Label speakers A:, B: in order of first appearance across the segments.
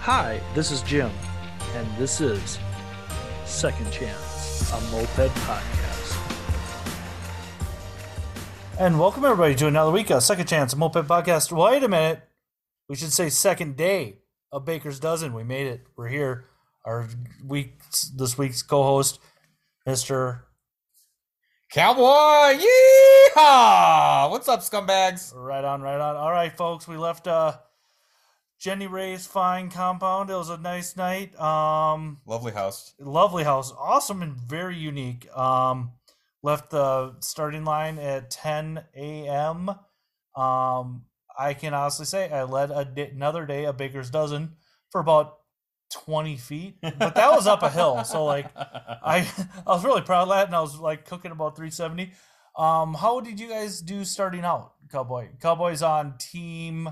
A: Hi, this is Jim, and this is Second Chance, a moped podcast.
B: And welcome everybody to another week of Second Chance a Moped Podcast. Wait a minute. We should say second day of Baker's Dozen. We made it. We're here. Our week this week's co-host, Mr.
C: Cowboy, yeehaw! What's up, scumbags?
B: Right on, right on. All right, folks, we left uh Jenny Ray's fine compound. It was a nice night. Um
C: Lovely house.
B: lovely house awesome and very unique um left the starting line at 10 a.m um i can honestly say i led a di- another day a baker's dozen for about 20 feet but that was up a hill so like i i was really proud of that and i was like cooking about 370 um how did you guys do starting out cowboy cowboys on team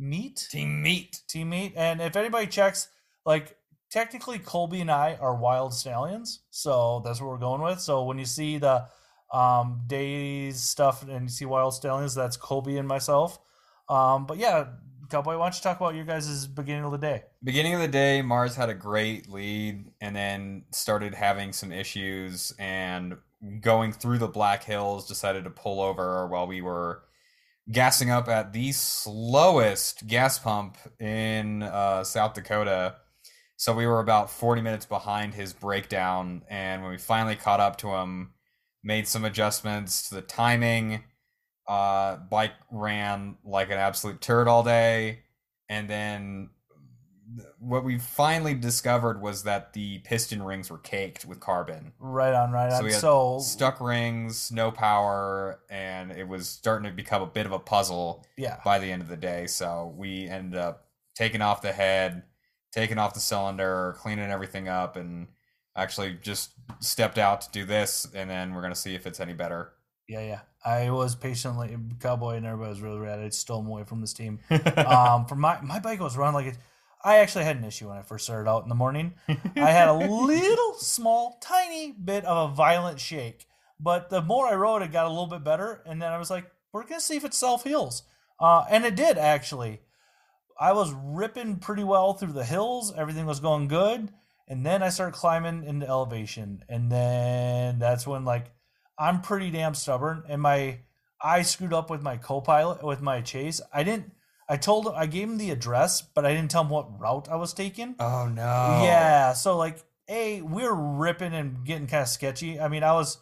B: meat
C: team meat.
B: teammate. And if anybody checks, like technically Colby and I are wild stallions, so that's what we're going with. So when you see the um days stuff and you see wild stallions, that's Colby and myself. Um, but yeah, cowboy, why don't you talk about your guys' beginning of the day?
C: Beginning of the day, Mars had a great lead and then started having some issues and going through the Black Hills, decided to pull over while we were gassing up at the slowest gas pump in uh, South Dakota. So we were about 40 minutes behind his breakdown. And when we finally caught up to him, made some adjustments to the timing. Uh, bike ran like an absolute turd all day. And then what we finally discovered was that the piston rings were caked with carbon
B: Right on, right
C: So
B: on.
C: we had
B: So,
C: stuck rings, no power, and it was starting to become a bit of a puzzle
B: yeah,
C: by the end of the day. So we ended up taking off the head, taking off the cylinder, cleaning everything up, and actually just stepped out to do this. And then we're gonna see if it's any better.
B: yeah, yeah. I was patiently cowboy and everybody was really rad. I stole him away from this team. um, for my my bike was running like it. I actually had an issue when I first started out in the morning. I had a little, small, tiny bit of a violent shake, but the more I rode, it got a little bit better. And then I was like, "We're gonna see if it self heals," uh, and it did actually. I was ripping pretty well through the hills. Everything was going good, and then I started climbing into elevation, and then that's when like I'm pretty damn stubborn, and my I screwed up with my co-pilot with my chase. I didn't. I told him I gave him the address, but I didn't tell him what route I was taking.
C: oh no!
B: Yeah, so like, a we're ripping and getting kind of sketchy. I mean, I was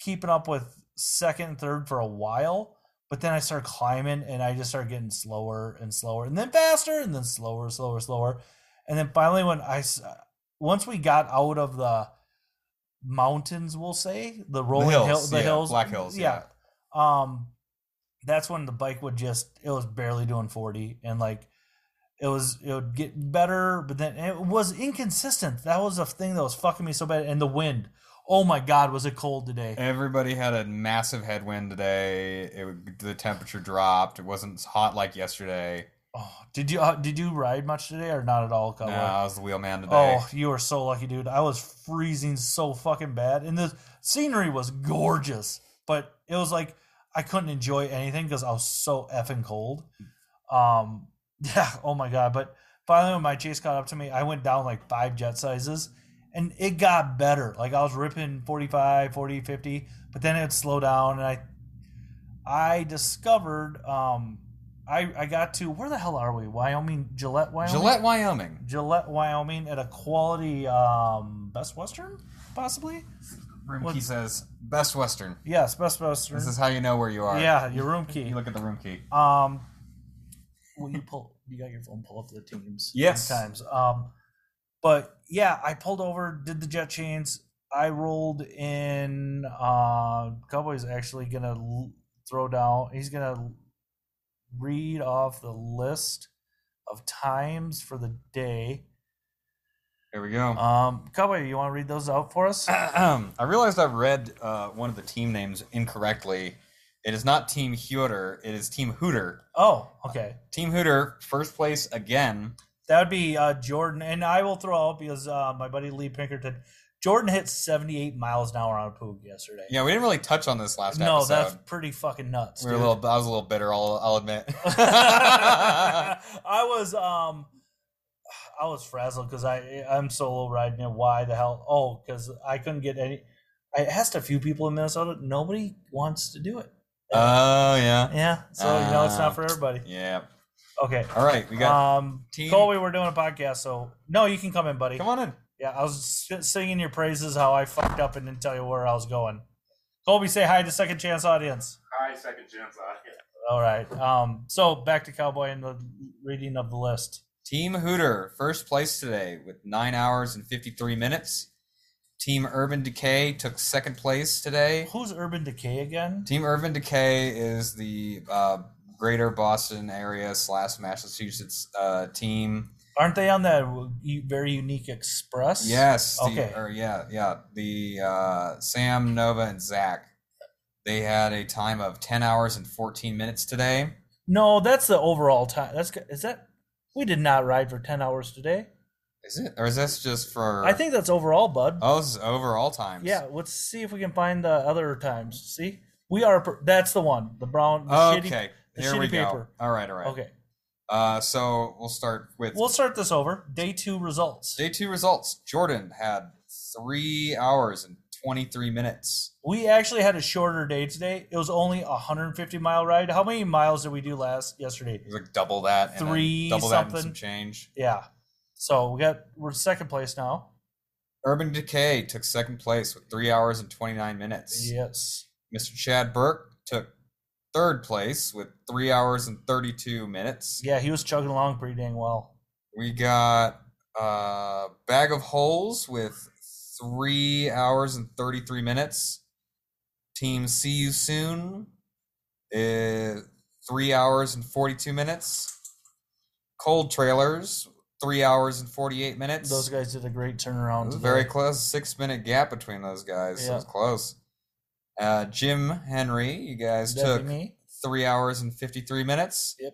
B: keeping up with second and third for a while, but then I started climbing and I just started getting slower and slower, and then faster, and then slower, slower, slower, and then finally when I s- uh, once we got out of the mountains, we'll say the rolling hill,
C: hills,
B: the
C: yeah,
B: hills,
C: Black Hills, yeah.
B: Um, that's when the bike would just it was barely doing forty, and like it was it would get better, but then it was inconsistent. That was a thing that was fucking me so bad, and the wind. Oh my god, was it cold today?
C: Everybody had a massive headwind today. It would- the temperature dropped. It wasn't hot like yesterday.
B: Oh, did you uh, did you ride much today or not at all?
C: No,
B: Cowboy?
C: I was the wheelman today.
B: Oh, you are so lucky, dude. I was freezing so fucking bad. And the scenery was gorgeous, but it was like I couldn't enjoy anything because I was so effing cold. Um, yeah, oh my God. But finally, when my chase got up to me, I went down like five jet sizes and it got better. Like I was ripping 45, 40, 50, but then it slowed down. And I, I discovered, um, I, I got to where the hell are we? Wyoming, Gillette, Wyoming.
C: Gillette, Wyoming.
B: Gillette, Wyoming, at a quality um, Best Western, possibly.
C: Room
B: What-
C: key says Best Western.
B: Yes, Best Western.
C: This is how you know where you are.
B: yeah, your room
C: You
B: key.
C: look at the room key.
B: Um, will you pull? You got your phone. Pull up the teams.
C: Yes.
B: Times. Um, but yeah, I pulled over, did the jet chains. I rolled in. Uh, Cowboy's actually gonna l- throw down. He's gonna read off the list of times for the day.
C: Here we go.
B: Um, Cowboy, you want to read those out for us? Uh,
C: I realized I read uh, one of the team names incorrectly. It is not Team Hooter. It is Team Hooter.
B: Oh, okay.
C: Team Hooter, first place again.
B: That would be uh, Jordan, and I will throw out because uh, my buddy Lee Pinkerton, Jordan hit seventy-eight miles an hour on a poog yesterday.
C: Yeah, we didn't really touch on this last
B: no,
C: episode.
B: that's pretty fucking nuts.
C: we were a
B: dude.
C: little. I was a little bitter. I'll, I'll admit.
B: I was um, I was frazzled because I I'm solo riding it. Why the hell? Oh, because I couldn't get any. I asked a few people in Minnesota. Nobody wants to do it.
C: Oh yeah.
B: Yeah, so you know it's
C: Ah.
B: not for everybody.
C: Yeah.
B: Okay.
C: All right, we got.
B: um,
C: team-
B: Colby, we're doing a podcast, so no, you can come in, buddy.
C: come on in.
B: Yeah, I was si- singing your praises how I fucked up and didn't tell you where I was going. Colby, say hi to Second Chance audience.
D: Hi, second chance. Uh,
B: All right. Um, so back to Cowboy and the reading of the list.
C: Team Hooter, first place today with nine hours and fifty-three minutes. Team Urban Decay took second place today.
B: Who's Urban Decay again?
C: Team Urban Decay is the uh, Greater Boston area slash Massachusetts uh, team.
B: Aren't they on that w- u- very unique Express?
C: Yes. the-
B: Okay.
C: or yeah, yeah. The uh, Sam, Nova, and Zach. They had a time of ten hours and fourteen minutes today.
B: No, that's the overall time. That's g- is that we did not ride for ten hours today.
C: Is it, or is this just for?
B: I think that's overall, bud.
C: Uh. Oh, this is overall times.
B: Yeah, let's see if we can find the other times. See, we are. per- That's the one. The brown. The
C: Oh,
B: shitty-
C: okay.
B: the
C: Here we
B: shitty
C: go.
B: paper.
C: All right. All right.
B: Okay.
C: Uh, so we'll start with
B: We'll start this over. Day two results.
C: day two results. Jordan had three hours and twenty three minutes.
B: we actually had a shorter day today. It was only a 150 mile ride. How many miles did we do last yesterday?
C: It was like double that. And then
B: Three
C: double that and some
B: something.
C: change.
B: Yeah. So we got we're second place now.
C: Urban Decay took second place with three hours and twenty nine minutes.
B: Yes.
C: Mr. Chad Burke took third place with three hours and thirty two minutes.
B: Yeah, he was chugging along pretty dang well.
C: We got uh, Bag of Holes with three hours and 33 minutes. Team See You Soon is three hours and 42 minutes. Cold Trailers, three hours and 48 minutes.
B: Those guys did a great
C: It
B: turnaround.
C: was
B: today.
C: very close. Six minute gap between those guys. so It was close. Uh, Jim Henry, you guys
B: Would that be
C: took
B: me.
C: three hours and 53 minutes.
B: Yep.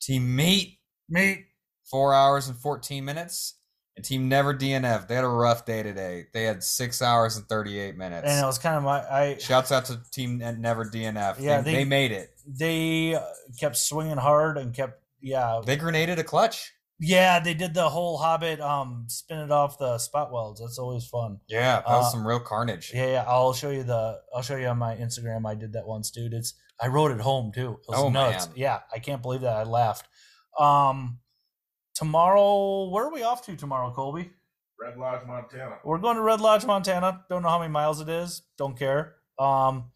C: Team Meat
B: Me.
C: four hours and 14 minutes. And Team Never DNF, they had a rough day today. They had six hours and 38 minutes.
B: And uh, it was kind of my I
C: Shouts out to Team Ne- Never DNF.
B: Yeah,
C: they,
B: they-
C: they made it.
B: they uh, kept swinging hard and kept yeah
C: They grenaded a clutch.
B: yeah they did the whole Hobbit um spin it off the spot welds. That's always fun.
C: Yeah, that
B: Uh,
C: was some real carnage.
B: Yeah, yeah. I'll show you the. I'll show you on my Instagram. I did that once, dude. It's. I wrote it home too. It was
C: Oh,
B: nuts.
C: man.
B: Yeah, I can't believe that. I laughed. Um, tomorrow, where are we off to tomorrow, Colby?
D: Red Lodge, Montana.
B: We're going to Red Lodge, Montana. Don't know how many miles it is. Don't care. Um,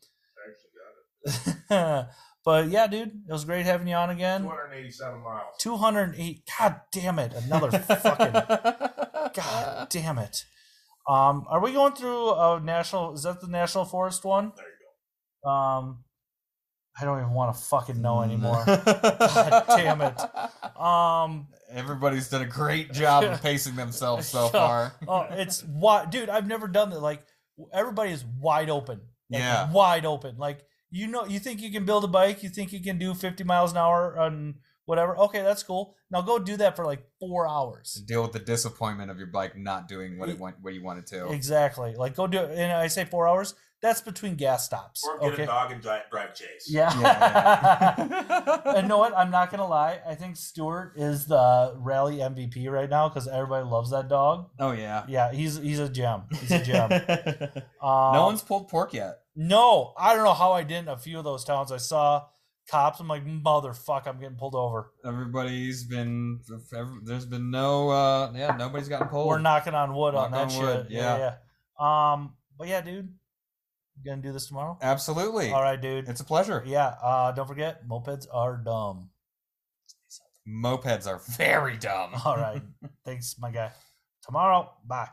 D: I actually got
B: but yeah, dude, it was great having you on
D: it.
B: again.
D: 287 miles.
B: Two hundred eight. God damn it! Another fucking. God damn it. Um, are we going through a national? Is that the national forest one?
D: There you
B: Um, I don't even want to fucking
C: Mm,
B: know anymore. God damn it. um,
C: Everybody's done a great job of pacing themselves so
B: Yeah.
C: far.
B: oh, it's what, dude. I've never done that. Like everybody is wide open. Like,
C: Yeah.
B: wide open. Like you know, you think you can build a bike. You think you can do 50 miles an hour and whatever. Okay, that's cool. Now go do that for like four hours.
C: Deal with the disappointment of your bike not doing what it went, what you wanted to.
B: Exactly. Like go do. And I say four hours. That's between gas stops.
D: go. Or get
B: Okay.
D: a dog and drive, drive chase.
B: Yeah. and know what? I'm not gonna lie. I think Stewart is the rally MVP right now because everybody loves that dog.
C: oh yeah.
B: Yeah, he's he's a gem. He's a gem. Uh,
C: no one's pulled pork yet.
B: no. I don't know how I didn't. A few of those towns I saw cops. I'm like, motherfuck, I'm getting pulled over.
C: Everybody's been. ev- There's been no. uh Yeah, nobody's gotten pulled.
B: We're knocking on wood on
C: Oh, Knock
B: that
C: on wood,
B: shit. Yeah. yeah, yeah. Um, but yeah, dude, you gonna do this tomorrow.
C: Absolutely.
B: All right, dude.
C: It's a pleasure.
B: Yeah. Uh, don't forget, mopeds are dumb.
C: Mopeds are very dumb.
B: All right. Thanks, my guy. Tomorrow. Bye.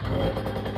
D: Yeah.